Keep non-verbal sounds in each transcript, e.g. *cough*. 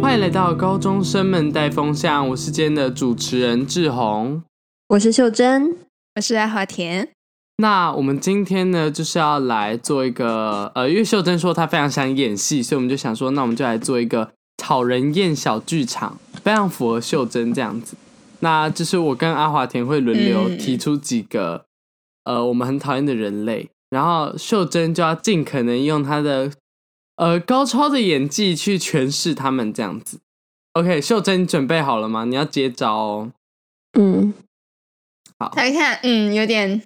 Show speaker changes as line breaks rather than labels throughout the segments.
欢迎来到高中生们带风向，我是今天的主持人志宏。
我是秀珍，
我是爱华田。
那我们今天呢，就是要来做一个呃，因为秀珍说她非常想演戏，所以我们就想说，那我们就来做一个讨人厌小剧场，非常符合秀珍这样子。那就是我跟阿华田会轮流
嗯
提出几个、呃我们很讨厌的人类，然后秀珍就要尽可能用她的呃高超的演技去诠释他们这样子。OK，秀珍你准备好了吗？你要接招哦。
嗯，
他一看，嗯，有点，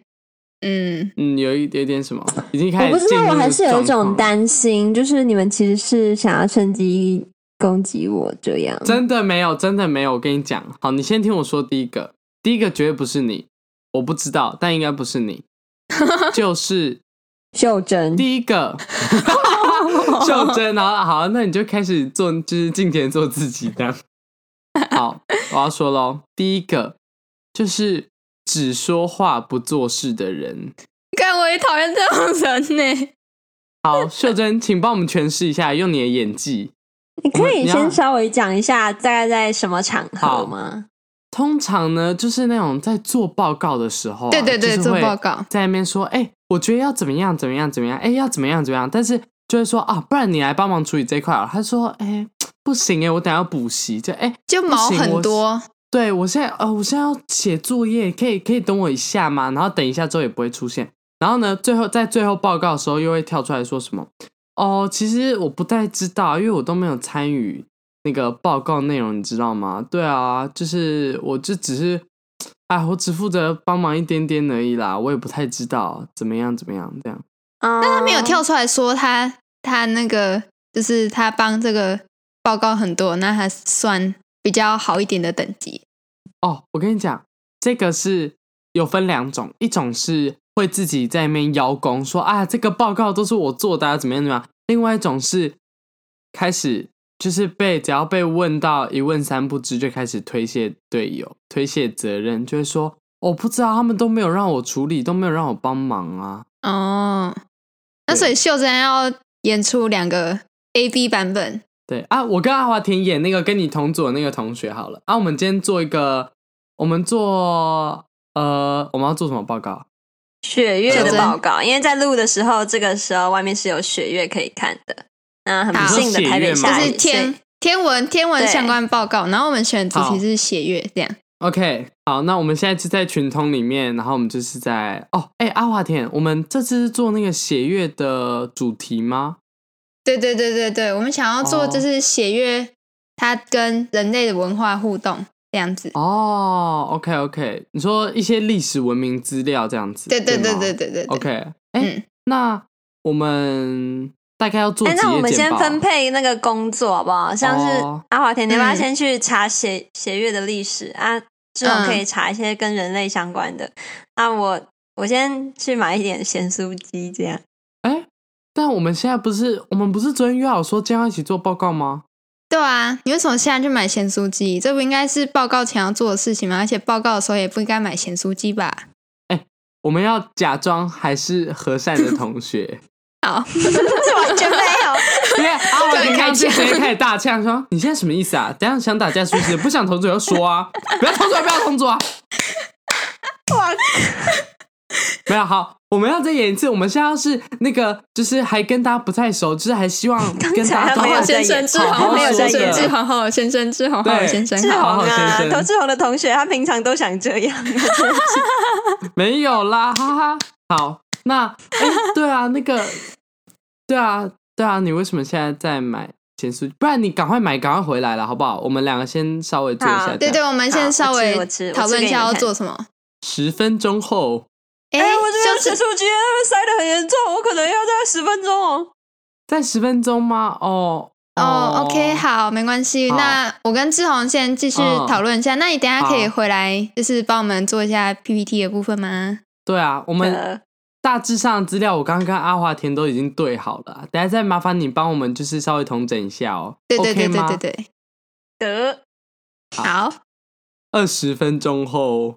嗯，
嗯，有一有点什么，已经开
我不
始。
知道，我还是有一种。担心，就是你们其实是想要趁机攻击我这样。
真的没有，真的没有。我跟你讲，好，你先听我说第一个，第一个绝对不是你，我不知道，但应该不是
*laughs*
你，就是
秀珍， *laughs*
第一
*laughs*
个秀珍。然后好，那你就开始做，就是尽情地做自己
*laughs*
这样。好，我要说喽，第一个就是只说话不做事的人。
看我也讨厌这种人呢。 *laughs*
好，秀珍，请帮我们诠释一下，用你的演技。
*laughs* 你可以
你要
先稍微讲一下大概在什么场合吗？
通常呢，就是那种在做报告的时候啊、
对对对，
就是
做
会
报告。
在那边说，哎、我觉得要怎么样怎么样怎么样，哎、要怎么样怎么样，但是就会说啊，不然你来帮忙处理这一块好了。他说，哎、不行哎、我等下要补习，就哎、
就毛很多，
对我现在呃，我现在要写作业，可以可以等我一下吗？然后等一下之后也不会出现。然后呢，最后在最后报告的时候又会跳出来说什么？哦，其实我不太知道，因为我都没有参与那个报告内容，你知道吗？对啊，就是我就只是，哎，我只负责帮忙一点点而已啦，我也不太知道怎么样怎么样这样。
啊，
他
哦
没有跳出来说他他那个就是他帮这个报告很多，那他算比较好一点的等级。
哦，我跟你讲，这个是有分两种，一种是会自己在那边邀功，说啊这个报告都是我做的、啊，怎么样怎么样；另外一种是开始就是被只要被问到一问三不知，就开始推卸队友、推卸责任，就会说我、不知道，他们都没有让我处理，都没有让我帮忙啊。
哦，那
对
所以秀珍要演出两个 A B 版本，
对啊，我跟阿华田演那个跟你同组的那个同学好了啊，我们今天做一个，我们做呃，我们要做什么报告？
雪月
秀
的
珍
报告，因为在录的时候，这个时候外面是有雪月可以看的。那很不
好
幸的，台北
你
就
说
下
雪
是
雨，所以
天天文天文
对
相关报告，然后我们选的主
好
题是血月这样。
OK，好，那我们现在就在群通里面，然后我们就是在哦，哎、阿华田，我们这次是做那个血月的主题吗？
对对对对对，我们想要做
哦
就是血月，它跟人类的文化互动这样子。
哦，OK OK，你说一些历史文明资料这样子，
对对对
吗
对对对对
OK，哎、
嗯，
那我们大概要做
哎，
几页
那
简报？啊
我们先分配那个工作好不好？像是
哦
阿华田，你要不要
嗯
先去查血血月的历史啊？这种可以查一些跟人类相关的。那我我先去买一点咸酥鸡，这
*laughs*
样。
哎、但我们现在不是我们不是昨天约好说今天要一起做报告吗？
对啊，你为什么现在去买咸酥鸡？这不应该是报告前要做的事情吗？而且报告的时候也不应该买咸酥鸡吧？
我们要假装还是和善的同学。
好，
这完全没
*laughs*
有，
因为阿华田刚就直
突然开
接
枪
开始大呛说：“你现在什么意思啊？等一下想打架是不是？不想同桌要说啊，不要同桌，不要同桌啊！” *laughs* 没有好，我们要再演一次。我们现在要是那个，就是还跟大家不太熟，就是还希望
*laughs* 刚
跟大
才还
家
没有
都
在演哦
志宏
好好说
好先哦生
的
志宏好先生志宏好
对
先生
志
好
宏
好先
啊
生，
投志宏的同学，他平常都想这样。
没有啦，哈哈。好，那哎、对啊，那个，对啊，对啊，你为什么现在在买钱书？不然你赶快买，赶快回来了，好不好？我们两个先稍微做一下
好
这样，
对对，我们
好
先稍微
我吃我吃
讨论一下
我吃给你们
要
看
做什么。
十分钟后。
哎
哎、我这边有
就
咸
是
酥鸡哎塞的很严重，我可能要在十分钟哦。
在十分钟吗？哦
哦，OK，，好，没关系。
好
那我跟志宏先继续
嗯
讨论一下。那你等一下可以
好
回来，就是帮我们做一下 PPT 的部分吗？
对啊，我们
呃
大致上的资料我刚刚跟阿华田都已经对好了啊，等下再麻烦你帮我们就是稍微统整一下哦。
对对对对对
OK 吗，
对，
得，
好。
二十分钟后，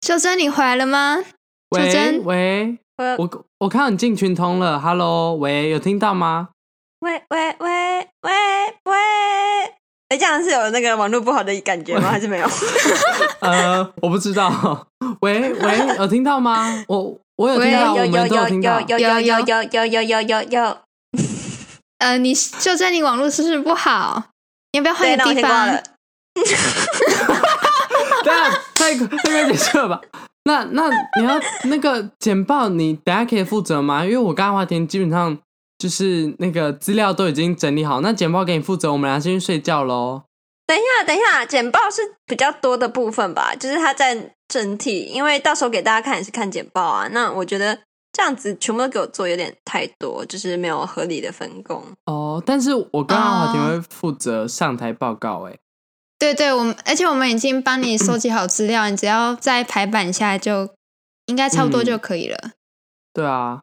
秀珍，你回来了吗？秀
喂
珍
喂，
我
呃
我我看到你进群通了，Hello，喂，有听到吗？
喂喂喂喂喂，哎，这样是有那个网络不好的感觉吗？还是没 *laughs* 有？
呃，我不知道。 *laughs* 喂喂，有听到吗？我我有
喂
听到，我
有有
们都
有
听
有
到。
有有有有有有有有有，
呃，你就在你网络是不是不好？你要不要换
对，
个
那我
地
先挂
方
了？。
*laughs* 对啊，太太快结束了吧？那那你要那个简报，你等下可以负责吗？因为我跟阿华田基本上就是那个资料都已经整理好，那简报给你负责，我们俩先去睡觉喽。
等一下，等一下，简报是比较多的部分吧，就是它在整体，因为到时候给大家看也是看简报啊。那我觉得这样子全部都给我做有点太多，就是没有合理的分工。
哦，但是我跟阿华田
哦
会负责上台报告、欸，
对对，我们而且我们已经帮你收集好资料，你只要在排版下就应该差
嗯
不多就可以了。
对啊，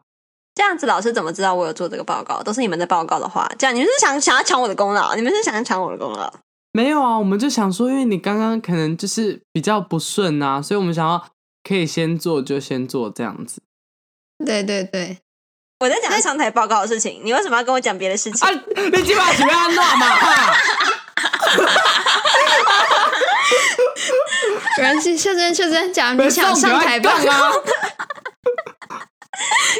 这样子老师怎么知道我有做这个报告？都是你们在报告的话，这样你们是想想要抢我的功劳？你们是想要抢我的功劳？
没有啊，我们就想说，因为你刚刚可能就是比较不顺啊，所以我们想要可以先做就先做这样子。
对对对，
我在讲上台报告的事情，你为什么要跟我讲别的事情？
啊，你今晚准备安娜嘛？ *laughs* 哈
然后秀珍秀珍，假如你想上台报
没送你要
告，
干嘛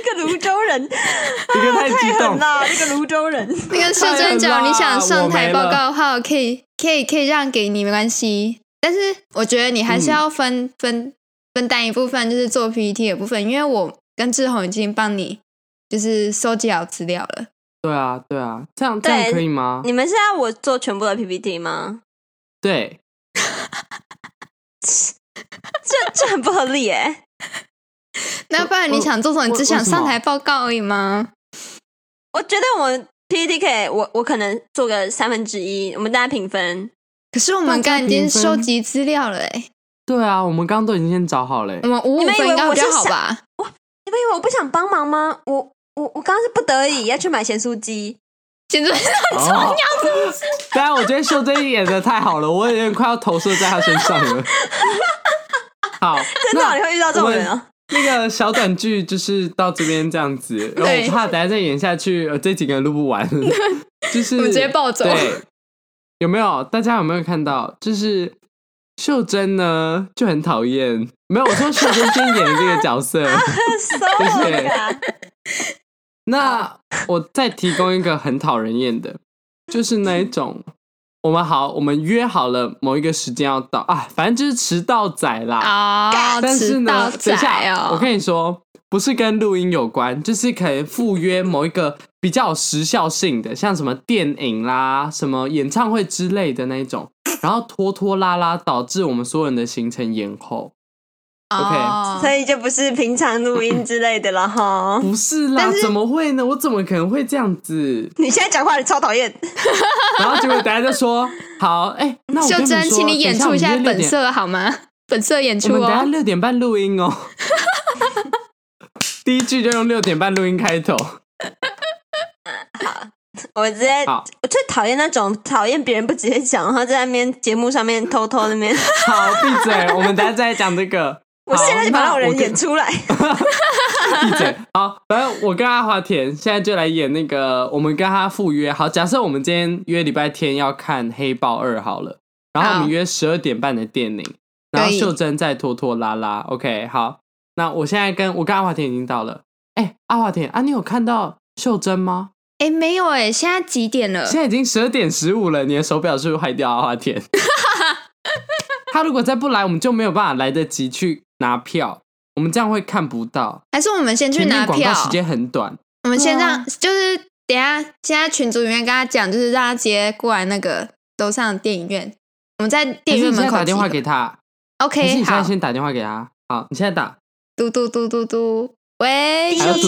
这个泸州人
你个太激
太
动 *laughs*
狠。了，这个泸州人。
那个秀
哎
珍，假如你想上台报告的话，我可以可以可以让给你没关系，但是我觉得你还是
嗯
要分、分分担一部分，就是做 PPT 的部分，因为我跟志宏已经帮你就是收集好资料了。
对啊，对啊，这样这样
对
可以吗？
*laughs* 你们是要我做全部的 PPT 吗？ *laughs*
对，
这这很不合理耶、
那不然
哦
你想做什么？你只想上台报告而已吗？
我觉得我 PPT 可以，我我可能做个三分之一，我们大家平分。
可是我们刚刚已经收集资料了、欸，哎，
对啊，我们刚刚都已经先找好了欸、
我们五五
你们以为
分应该
我
比
是
较好
想
吧？
你们以为我不想帮忙吗？我我我刚刚是不得已要去买咸酥鸡，
简直 *laughs*
哦，当然，我觉得秀珍演的太好了，我有点快要投射在她身上了。好，
*laughs* 真
那
的哦你会遇到这种人啊？
那个小短剧就是到这边这样子，然后
对
我怕等下再演下去，呃，这几个人录
*laughs*
不完，就是
我们直接暴走
对，有没有？大家有没有看到？就是秀珍呢就很讨厌，没有，我说秀珍先演这个
*laughs*
角色。
骚
对
呀！
那我再提供一个很讨人厌
*laughs*
的，就是那一种，我们好，我们约好了某一个时间要到啊，反正就是迟到仔啦。
啊，
但是
迟到
呢，等一
仔
下，我
哦，
跟你说，不是跟录音有关，就是可能赴约某一个比较有时效性的，像什么电影啦、什么演唱会之类的那一
*laughs*
种，然后拖拖拉拉，导致我们所有人的行程延后。OK
哦
所以就不是平常录音之类的了哈。
不是啦，
但是
怎么会呢？我怎么可能会这样子？
你现在讲话你超讨厌，
*laughs* 然后结果大家就说：“好，哎、那我跟
秀
你们
珍，
说，
请你演出一下
等
本
一下
色好吗？ *laughs* 本色演
我
出
们等一下
哦。
六点半录音哦。 *laughs* 第一句就用六点半录音开头。
我直接
好
我最讨厌那种讨厌别人不直接讲，然后在那边节目上面偷偷那边，
好，闭嘴，我们等一下再讲这个。
我现在就把那
好
种
那
人
我跟
演出来。
*laughs* 闭嘴。好，反正我跟阿华田现在就来演那个，我们跟他赴约。好，假设我们今天约礼拜天要看《黑豹二》好了，然后我
好
们约十二点半的电影，然后
可以
秀珍再拖拖拉拉。OK，好，那我现在跟我跟阿华田已经到了。哎、阿华田啊，你有看到秀珍吗？
哎，没有哎，现在几点了？
现在已经十二点十五了，你的手表是不是坏掉？阿华
*laughs*
田，他如果再不来，我们就没有办法来得及去拿票，我们这样会看不到。
还是我们先去
前面
拿
广告
票？
时间很短，
我们先
对啊
让，就是等一下，现在群组里面跟他讲，就是让他直接过来那个楼上的电影院，我们在
还
电影
是
院
你现
门
在
口
打电话
集合
给他，还是
OK，
你现在
好，
先打电话给他？好，你现在打，
嘟嘟嘟嘟嘟，喂，
还要
秀
嘟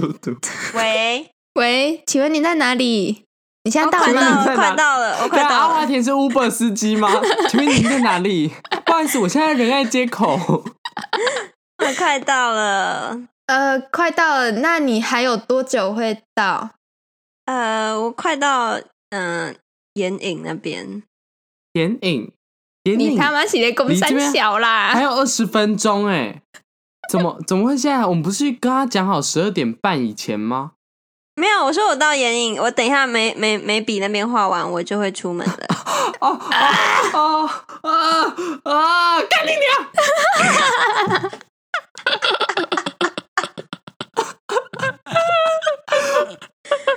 嘟嘟
*laughs*
嘟嘟。 *laughs*
喂，
喂，请问你在哪里？你现
哦
我
在到
快
了
到
你在
吗？
了，快
哪
到了，我
对
快
啊，阿
到
华
了。
田是 Uber 司机
*laughs*
吗？请问您在哪里？不好意思，我现在人在街
*laughs*
口。
我快到了，
呃，快到了，那你还有多久会到？
啊
呃，我 *laughs* 快到嗯、眼影那边，
眼影，眼
你
影，
他妈啊起来公
你这
三
边
小
还
啦！
有二十分钟哎、怎么怎么会现在？我们不是跟他讲好十二点半以前吗？
没有，我说我到眼影，我等一下眉眉眉笔那边画完，我就会出门了。
*laughs* 哦哦哦啊！干你娘！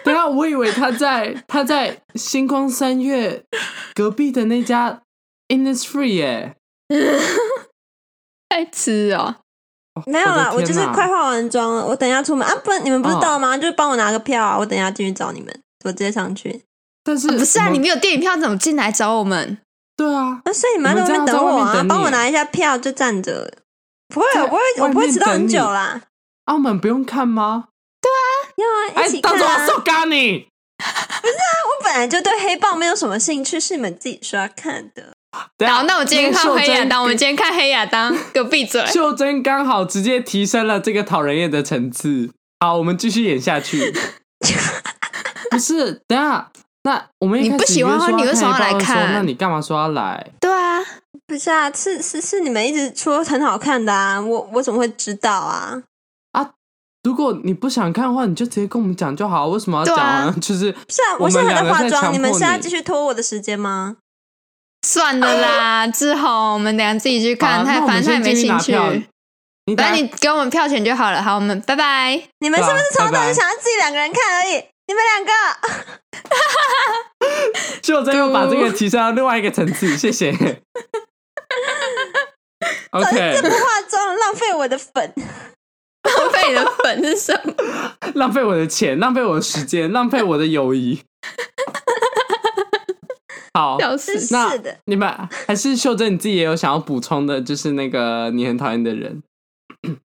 等下，我以为他在他在星光三月隔壁的那家 Innisfree 耶、
爱吃哦，
没有啦，
我的
我就
天哪哦
是快化完妆了，我等一下出门啊！不，你们不是到了吗？就是帮我拿个票啊！我等一下进去找你们，我直接上去。
但是、
啊不是啊，
我
你没有电影票怎么进来找我们？
对啊，
啊，所以你们
我
在外面
们这样
等我
在外面
啊
等，你
帮我拿一下票，就站着。不会，
在
我不会，我不
外
会
面
迟到
等
很
你
久啦。
澳门不用看吗？
要啊，
哎
一，起
到
看
时候
啊！
我干你！
我本来就对黑豹没有什么兴趣，是你们自己说要看的。 *laughs*
等下
好，那我今天
啊那个
看
袖
黑亚
珍
当，我们今天看黑亚
*laughs*
当，给我闭嘴！
袖珍刚好直接提升了这个讨人厌的层次。好，我们继续演下
*laughs*
去。不是，等一下，那我们一
你
开
不
始
喜欢
约说
的话你为
要
什么要
黑豹的
来
时候
看
那你干嘛说要来？
对啊，
不是啊，是是是你们一直说很好看的啊，我我怎么会知道啊？
如果你不想看的话，你就直接跟我们讲就好。为什么要
对
讲、
啊
就是
是啊，
我
我
们
现在还在
两个
化
在强
妆，你们
迫
现在
你
继续拖我的时间吗？
算了啦，志宏，我们俩自己去
好啊那
看，他
我
反
们
正他也
先
没
进去
兴
拿
趣，
票。你等
反
下
正你给我们票钱就好了。好，我们
*laughs*
拜拜。
你们是不是
对啊
从头到
拜拜
尾想要自己两个人看而已？你们两个， *laughs*
秀珍又把这个提升到另外一个层次，谢
*laughs*
谢。
这
OK，
不化妆浪费我的粉。
浪费你的粉是什么？
浪费我的钱，浪费我的时间，浪费我的友谊。好，
笑
真
死！
那
是的，
你们还是秀珍你自己也有想要补充的，就是那个你很讨厌的人。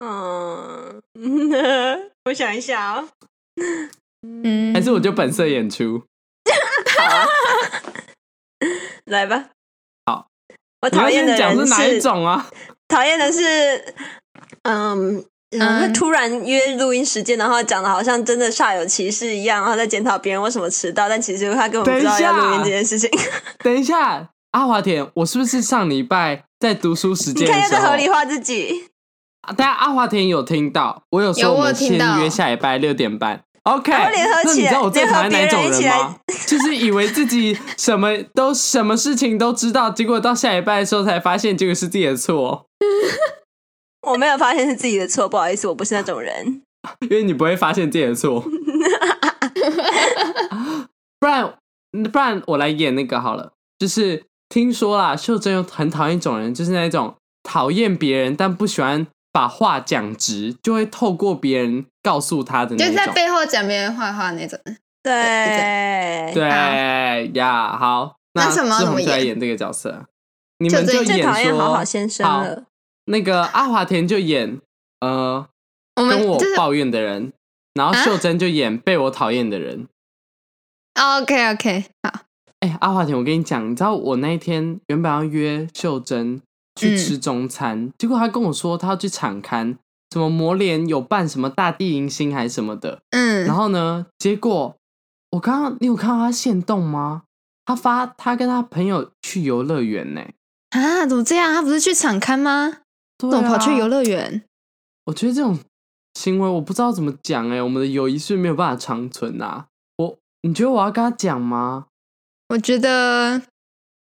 嗯， *laughs* 我想一下哦。
嗯，
还是我就本
嗯
色演出。
来吧。
好，
我
你
讨
要
厌的
先讲
人
哪一种啊？
讨厌的是，嗯。嗯，会突然约录音时间，然后讲的好像真的煞有其事一样，然后在检讨别人为什么迟到，但其实他根本不知道要录音这件事情。
等一下，阿华田，我是不是上礼拜在读书时
你
间
看
的
要
时
在
候
合？理化自己，
啊等一下阿华田有听到，我有说
有
我
我
们
有
先
听到
约下礼拜六点半。OK，
然后联合
那
起
你
来
知道我最讨厌哪一种人
联合
吗？就是以为自己什么都什么事情都知道，结果到下礼拜的时候才发现这个是自己的错，
我没有发现是自己的错，不好意思，我不是那种人。
因为你不会发现自己的错。不然，不然我来演那个好了。就是听说啦，秀珍有很讨厌一种人，就是那种讨厌别人但不喜欢把话讲直，就会透过别人告诉他的那
就
种。
是在背后讲别人坏话那种。
对，
对啊呀，好，那
那什么
志宏
怎么
就来
演
演这个角色，啊你
就
们
最
最
演
讨厌
说
好好先生
好
了。
那个阿华田就演呃
我们
跟我
就是
抱怨的人，然后
啊
秀珍就演被我讨厌的人。
OK OK，好，哦
哎、阿华田，我跟你讲，你知道我那一天原本要约秀珍去
嗯
吃中餐，结果她跟我说她要去场刊，什么魔联有办什么大地迎新还是什么的，
嗯，
然后呢，结果我刚刚你有看到他现动吗？他发他跟他朋友去游乐园呢，
啊，怎么这样？他不是去场刊吗？
对
怎么跑去游
啊？
乐园？
我觉得这种行为我不知道怎么讲哎，我们的友谊是没有办法长存啊。我你觉得我要跟他讲吗？
我觉得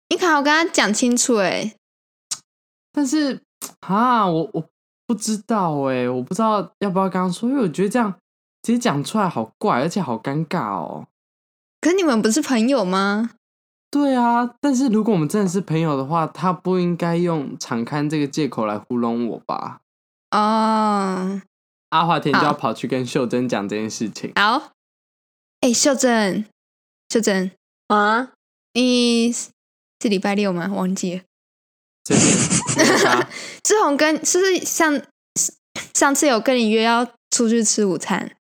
你好好跟他讲清楚、哎，
但是啊，我我不知道哎，我不知道要不要跟他说，因为我觉得这样直接讲出来好怪，而且好尴尬哦。
可是你们不是朋友吗？
对啊，但是如果我们真的是朋友的话，他不应该用敞开这个借口来糊弄我吧？
哦，
阿华田就要
好
跑去跟秀珍讲这件事情。
好，哎、秀珍，秀珍，
啊，
你是是礼拜六吗？忘记了。
这
*laughs*
边没有差
志宏跟是不是上上次有跟你约要出去吃午餐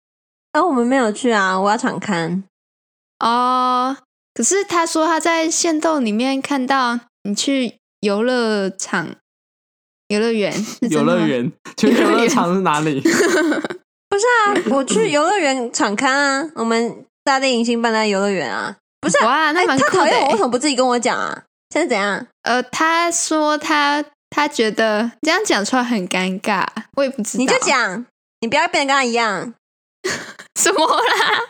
啊，我们没有去啊，我要敞刊。
哦？可是他说他在线动里面看到你去游乐场、游乐园、是真的
游
吗
乐。园，请问游乐场是哪里？
不是啊，我去游乐园敞刊啊，我们大地迎新办在游乐园啊。不是啊、
哇，那
哎
蛮
他
酷的
讨厌我，为
欸、
什么不自己跟我讲啊？现在怎样？
呃，他说他他觉得这样讲出来很尴 *laughs* 尬，我也不知道。
你就讲，你不要变得跟他一样。
什么啦？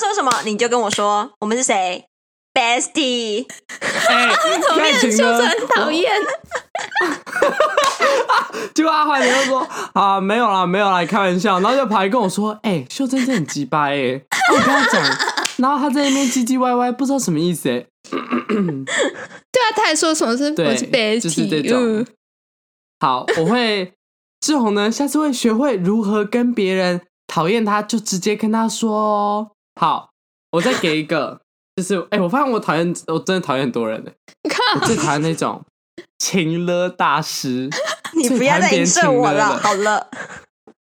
说什么，你就跟我说，我们是谁，bestie。
哎，
变
感
得
情
就
呢
是很讨厌。 *laughs*
结果阿怀就说啊没有啦没有啦，开玩笑，然后就跑来跟我说，哎、秀珍真的很鸡巴哎，啊我跟他讲，然后他在那边唧唧歪歪，不知道什么意思哎、
对啊，他还说什么是
对
我是 b e
就是这种
嗯，
好，我会志宏呢，下次会学会如何跟别人讨厌他，就直接跟他说哦。好，我再给一个， *laughs* 就是哎、我发现我讨厌，我真的讨厌很多人呢，
嗯靠
我最讨厌那种情勒大师。
你不要再影射我了，好了，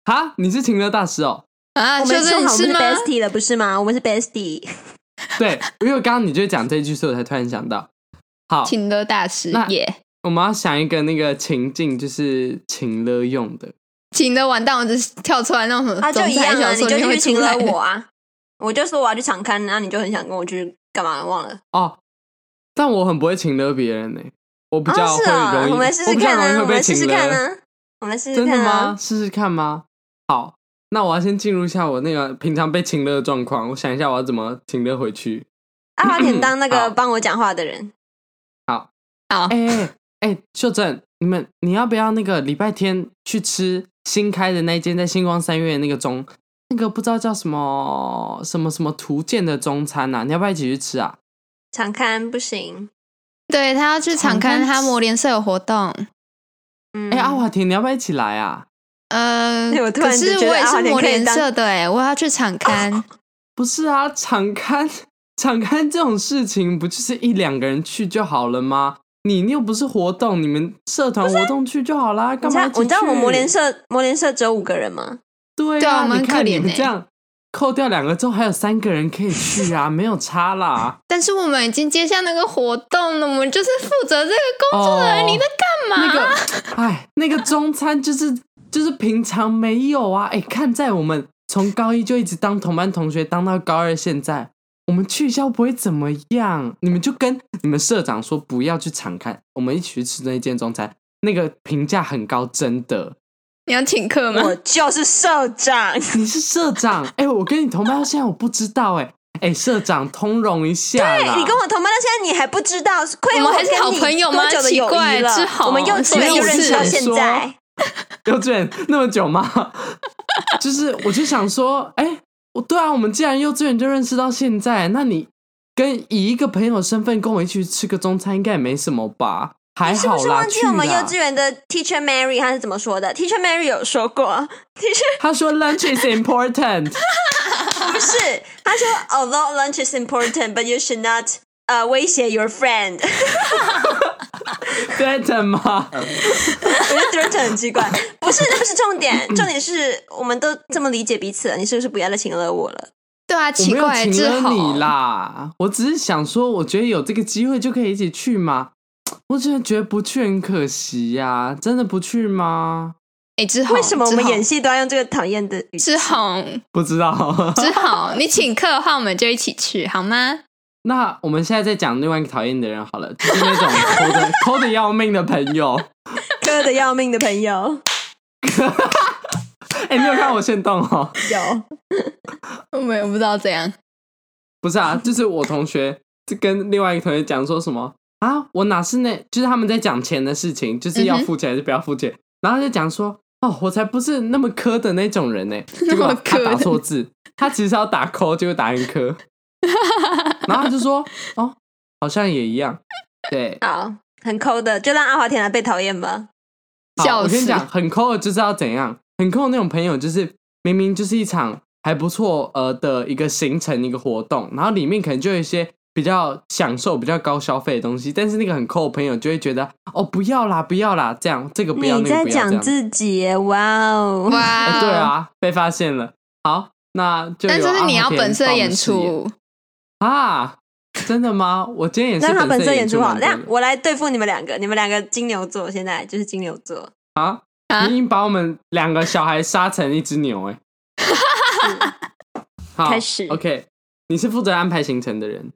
哈，你是情勒大师哦？
啊！
我
修
们说好
正
我们是
吗？
bestie 了，不是吗？我们是 bestie。
*laughs* 对，因为刚刚你就讲这句，所以我才突然想到。好，
请的大师
那
耶，
我们要想一个那个情境，就是情勒用的。
请的完蛋，我只是跳出来那种什么
啊，就
总
一
裁
样啊，
小
你
说
就
里
去
面会出
请了
来的
我啊，我就说我要去场刊，然后你就很想跟我去干嘛？忘了。
哦，但我很不会请了别人呢、我比较
啊，
会
是啊，
容易，
我们试试
比较
看
容
啊，
易会
我
被
们
请
试试
了。
看啊，我们试试
真的
看
吗
啊？。
试试看吗？好，那我要先进入一下我那个平常被请了的状况，我想一下我要怎么请了回去。
阿华啊田当那
嗯好
个帮我讲话的人，
好
哎哎、哎秀珍，你们你要不要那个礼拜天去吃新开的那一间在星光三月的那个中那个不知道叫什么什么什么图鉴的中餐呐、啊？你要不要一起去吃啊？
场刊不行。
对他要去场刊，
场刊
他魔联社有活动。
嗯，
哎、阿华田，你要不要一起来啊？
呃
对我，突
可
然
是
就觉得
我也
阿华
是
田
魔
可以
联
当
社的哎，我要去场刊。
不是啊，场刊场刊这种事情不就是一两个人去就好了吗？你你又不是活动，你们社团活动去就好啦，
啊你
干
知
嘛
道
一起去？
我知道我们魔联社魔联社只有五个人吗？
对
对啊
啊，
我们
你
很可
看你
怜
们
欸
这样扣掉两个之后，还有三个人可以去啊，没有差啦。
但是我们已经接下那个活动了，我们就是负责这个工作的人，
哦
你在干嘛？
那个，哎，那个中餐就是就是平常没有啊。哎，看在我们从高一就一直当同班同学，当到高二，现在我们去一下又不会怎么样。你们就跟你们社长说不要去常看，我们一起去吃那间中餐，那个评价很高，真的。
你要请客吗？啊
我就是社长，
你是社长，哎，我跟你同班到现在我不知道，哎。哎，社长，通融一下啦！
你跟我同班到现在，你还不知道，亏
我们还是
跟
好
你
朋友吗
多久的友
奇怪啊
谊了？
志豪
我们幼稚园
没有
就认识
我
到
是想
现
说
在，
幼稚园那么久吗？ *laughs* 就是我就想说，哎、我对啊，我们既然幼稚园就认识到现在，那你跟以一个朋友身份跟我一起去吃个中餐，应该也没什么吧？还
是
好
不是
啦，
忘记我们
去
幼
啦
稚园的 Teacher Mary 她是怎么说的？Teacher Mary 有说
*laughs*
过，Teacher
他说 lunch
*laughs*
is important，
不是，她说 Although lunch is important, but you should not 呃、威胁 your friend。 *laughs*
对的吗？
我就觉得这很奇怪，不是，那不是重点，
嗯
重点是我们都这么理解彼此了，你是不是不要再请了我了？
对啊，
我
奇
没有
怪，
请
志
了
豪，
你啦，我只是想说，我觉得有这个机会就可以一起去嘛。我真的觉得不去很可惜呀、真的不去吗？
哎，志豪，
为什么我们
志豪
演？戏都要用这个讨厌的语气？
志豪，
*laughs* 不知道。
志豪，你请客的话，我们就一起去好吗？
那我们现在再讲另外一个讨厌的人好了，就是那种抠
*laughs*
的抠的要命的朋友。
哥的要命的朋
*laughs*
友
哎、你有看我现动哦？
有。
我们我不知道怎样。
不是啊，就是我同学就跟另外一个同学讲说什么啊，我哪是那，就是他们在讲钱的事情，就是要
嗯哼
付钱还是不要付钱，然后他就讲说哦，我才不是那么磕的那种人呢、结
*laughs* 那
果
么
他
磕
打错字，他其实要打抠，结果打成磕，然后他就说哦，好像也一样，对，
好，很抠的，就让阿华田来被讨厌吧。
好，
笑
我跟你
死
讲，很抠的就是要怎样，很抠的那种朋友，就是明明就是一场还不错呃的一个行程一个活动，然后里面可能就有一些比较享受、比较高消费的东西，但是那个很抠的朋友就会觉得哦不要啦不要啦，这样这个不要
你
那个
在
不要这
讲
样，
自己耶，哇哦！ *laughs*
哎
哇，
对，啊，被发现了。好，那就
但
由
这是
阿
你
华
要
田
本色
帮我们
演
饰
出，
啊？真的吗？我今天也是
让他本
色
色演出
出
好了，
蛮
这样
多的
我来对付你们两个，你们两个金牛座，现在就是金牛座，
啊！
啊
你已经把我们两个小孩杀成一只牛哎、
嗯
好，
开始
OK，你是负责安排行程的人，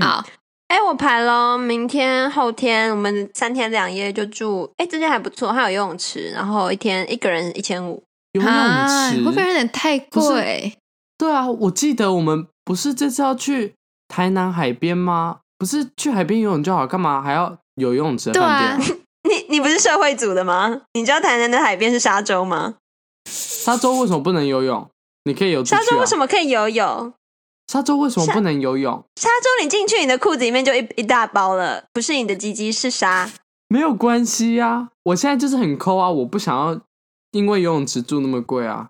好，
*laughs* 哎、我排了明天、后天，我们三天两夜就住。哎、这间还不错，还有游泳池，然后一天一个人一千五。
游泳
啊，
池
会不会有点太
不是
贵？
对啊，我记得我们不是这次要去台南海边吗？不是去海边游泳就好，干嘛还要有游泳池的
对
饭
啊
*laughs*
店？，
你你不是社会组的吗？你知道台南的海边是沙洲吗？
沙洲为什么不能游泳？你可以游出去、
沙
啊。
洲为什么可以游泳？
沙洲为什么
沙
不能游泳？
沙洲你进去，你的裤子里面就一一大包了，不是你的鸡鸡，是沙。
没有关系啊，我现在就是很抠啊，我不想要因为游泳池住那么贵啊，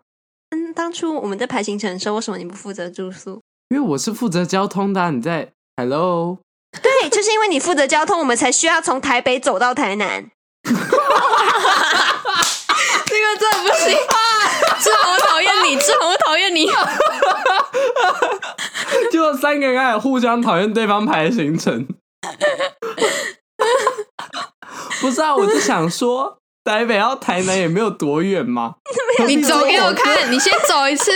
嗯，当初我们在排行程的时候，为什么你不负责住宿？
因为我是负责交通的啊、你在 Hello，
*laughs* 对，就是因为你负责交通，我们才需要从台北走到台南。
这个真的不行，志宏，我讨厌你，志宏，我讨厌你。
*laughs* 就三个人开始互相讨厌对方排的行程。 *laughs* 不是啊，我就想说，台北到台南也没有多远嘛。
*laughs* *laughs* 你走给我看，你先走一次，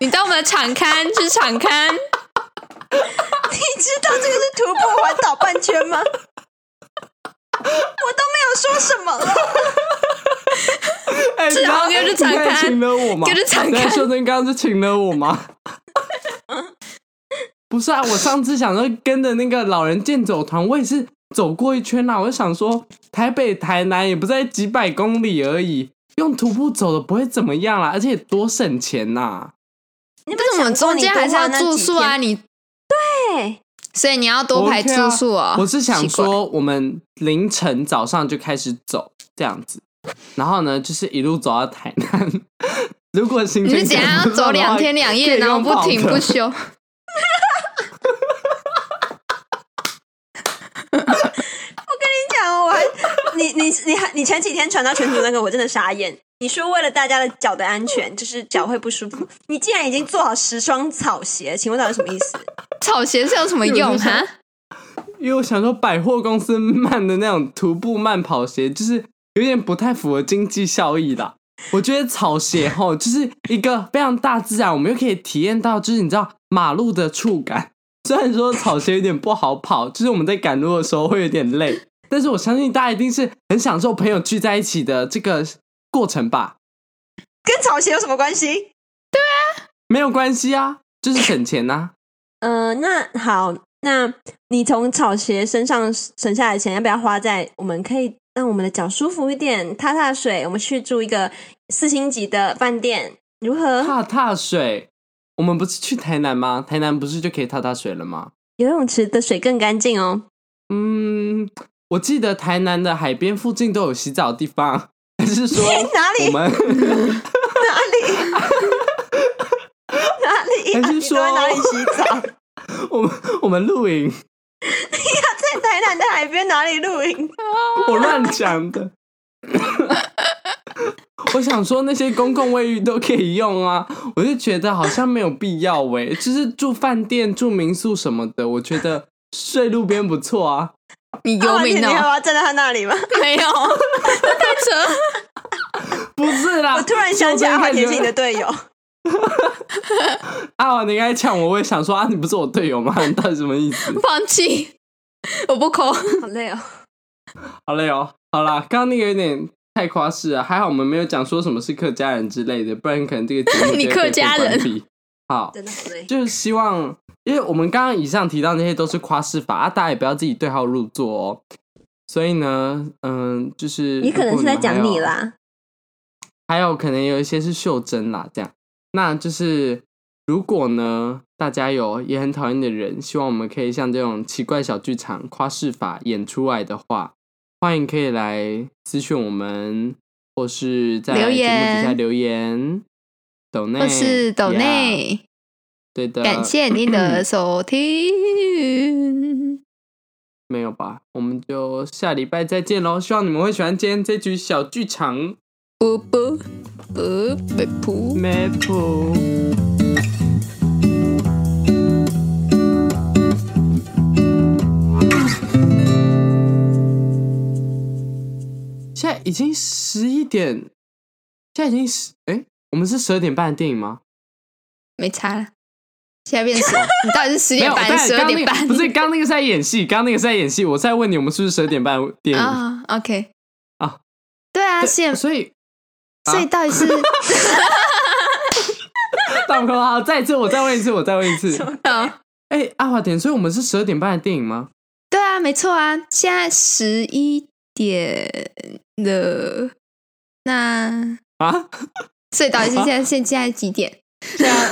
你当我们的场刊是场
*laughs*
刊，
你知道这个是徒步环岛半圈吗？我都没有说什么了，
哎，你知道
至少就是哦敞
你刚才
开
请了我吗？
就是敞
你
开
刚才秀珍刚刚是请了我吗？ *laughs* 不是啊，我上次想说跟着那个老人健走团，我也是走过一圈啦、啊我就想说，台北、台南也不在几百公里而已，用徒步走的不会怎么样啦、而且多省钱呐、
*laughs* 你不
但是我们中间还是要住宿啊，
你
你
多花那几天？
所以你要多排住宿哦。
我是想
奇怪，
说，我们凌晨早上就开始走这样子，然后呢，就是一路走到台南。 *laughs* 如果行
你
程
是怎样
赶
要
不上
走
的
两
话
天两
可
*laughs* 夜，
以
然后
用
不
跑
停
的
不休？
你讲哦，我还你你你还你前几天传到群主那个，我真的傻眼。你说为了大家的脚的安全，就是脚会不舒服，你竟然已经做好十双草鞋，请问到底什么意思？
草鞋是有什么用哈？
因为我想说百货公司慢的那种徒步慢跑鞋，就是有点不太符合经济效益啦。我觉得草鞋吼，就是一个非常大自然，我们又可以体验到，就是你知道马路的触感。虽然说草鞋有点不好跑，就是我们在赶路的时候会有点累，但是我相信大家一定是很享受朋友聚在一起的这个过程吧？
跟草鞋有什么关系？
没有关系啊，就是省钱啊呐、
呃，那好，那你从草鞋身上省下来的钱，要不要花在我们可以让我们的脚舒服一点，踏踏水？我们去住一个四星级的饭店，如何？
踏踏水，我们不是去台南吗？台南不是就可以踏踏水了吗？
游泳池的水更干净哦。
嗯，我记得台南的海边附近都有洗澡的地方，还是说
*laughs* 哪里
我们
哪里、啊？
还
你都
是
在
说
哪里洗澡？
*laughs*
*laughs*
我们我们露营？
在台南的海边哪里露营？
我乱讲的。我想说那些公共卫浴都可以用啊，我就觉得好像没有必要喂、就是住饭店、住民宿什么的，我觉得睡路边不错啊。
你
阿
游
曼
民
啊你还
*laughs* 哦？
要站在他那 *laughs* 里吗？
没有，太扯。
不是啦，
我突然想起阿华田是你的
的
队友，
啊，你刚才呛我，我也想说啊，你不是我队友吗？你到底什么意思？
*laughs* 放弃，我不
*laughs*
抠。
好累哦。
好累哦。好啦，刚刚那个有点太夸饰啊了，还好我们没有讲说什么是客家人之类的，不然可能这
*laughs*
个节目
你
就会被
客家人
关闭。好，
真的好累。
就是希望，因为我们刚刚以上提到那些都是夸饰法啊，大家也不要自己对号入座哦。所以呢，嗯，就是
你可能是在讲你
啦。
啦，
还有可能有一些是袖珍啦，这样。那就是如果呢，大家有也很讨厌的人，希望我们可以像这种奇怪小剧场夸饰法演出来的话，欢迎可以来私讯我们，或是在节目
留
底下
言
留言，抖内
或是抖，
呀
内，
对的，
感谢您 *clears throat* 的收听，
没有吧？我们就下礼拜再见喽！希望你们会喜欢今天这局小剧场。
啵啵啵啵啵。
Maple。现在已经十一点，现在已经十哎、我们是十二点半的电影吗？
没差了，现在变十，你到底是十
没
点
有，
半、
但
十二
刚那
点
个
半？
不是刚那个是在演戏，刚那个是在演戏。我在问你，我们是不是十二点半的电影？
啊、o k
*laughs* 啊，
对啊，
对 *laughs*
现
所以
所以到底是
大空好，再一次，我再问一次，我再问一
*laughs*
次。
好
哎、阿华田，所以我们是十二点半的电影吗？
对啊，没错啊，现在十一点了，那
啊，
所以到底是现在现在几点？
现在